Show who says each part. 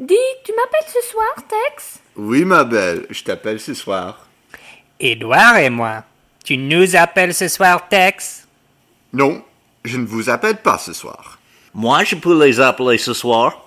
Speaker 1: Dis, tu m'appelles ce soir, Tex
Speaker 2: Oui, ma belle, je t'appelle ce soir.
Speaker 3: Édouard et moi. Tu nous appelles ce soir, Tex
Speaker 2: Non, je ne vous appelle pas ce soir.
Speaker 4: Moi, je peux les appeler ce soir.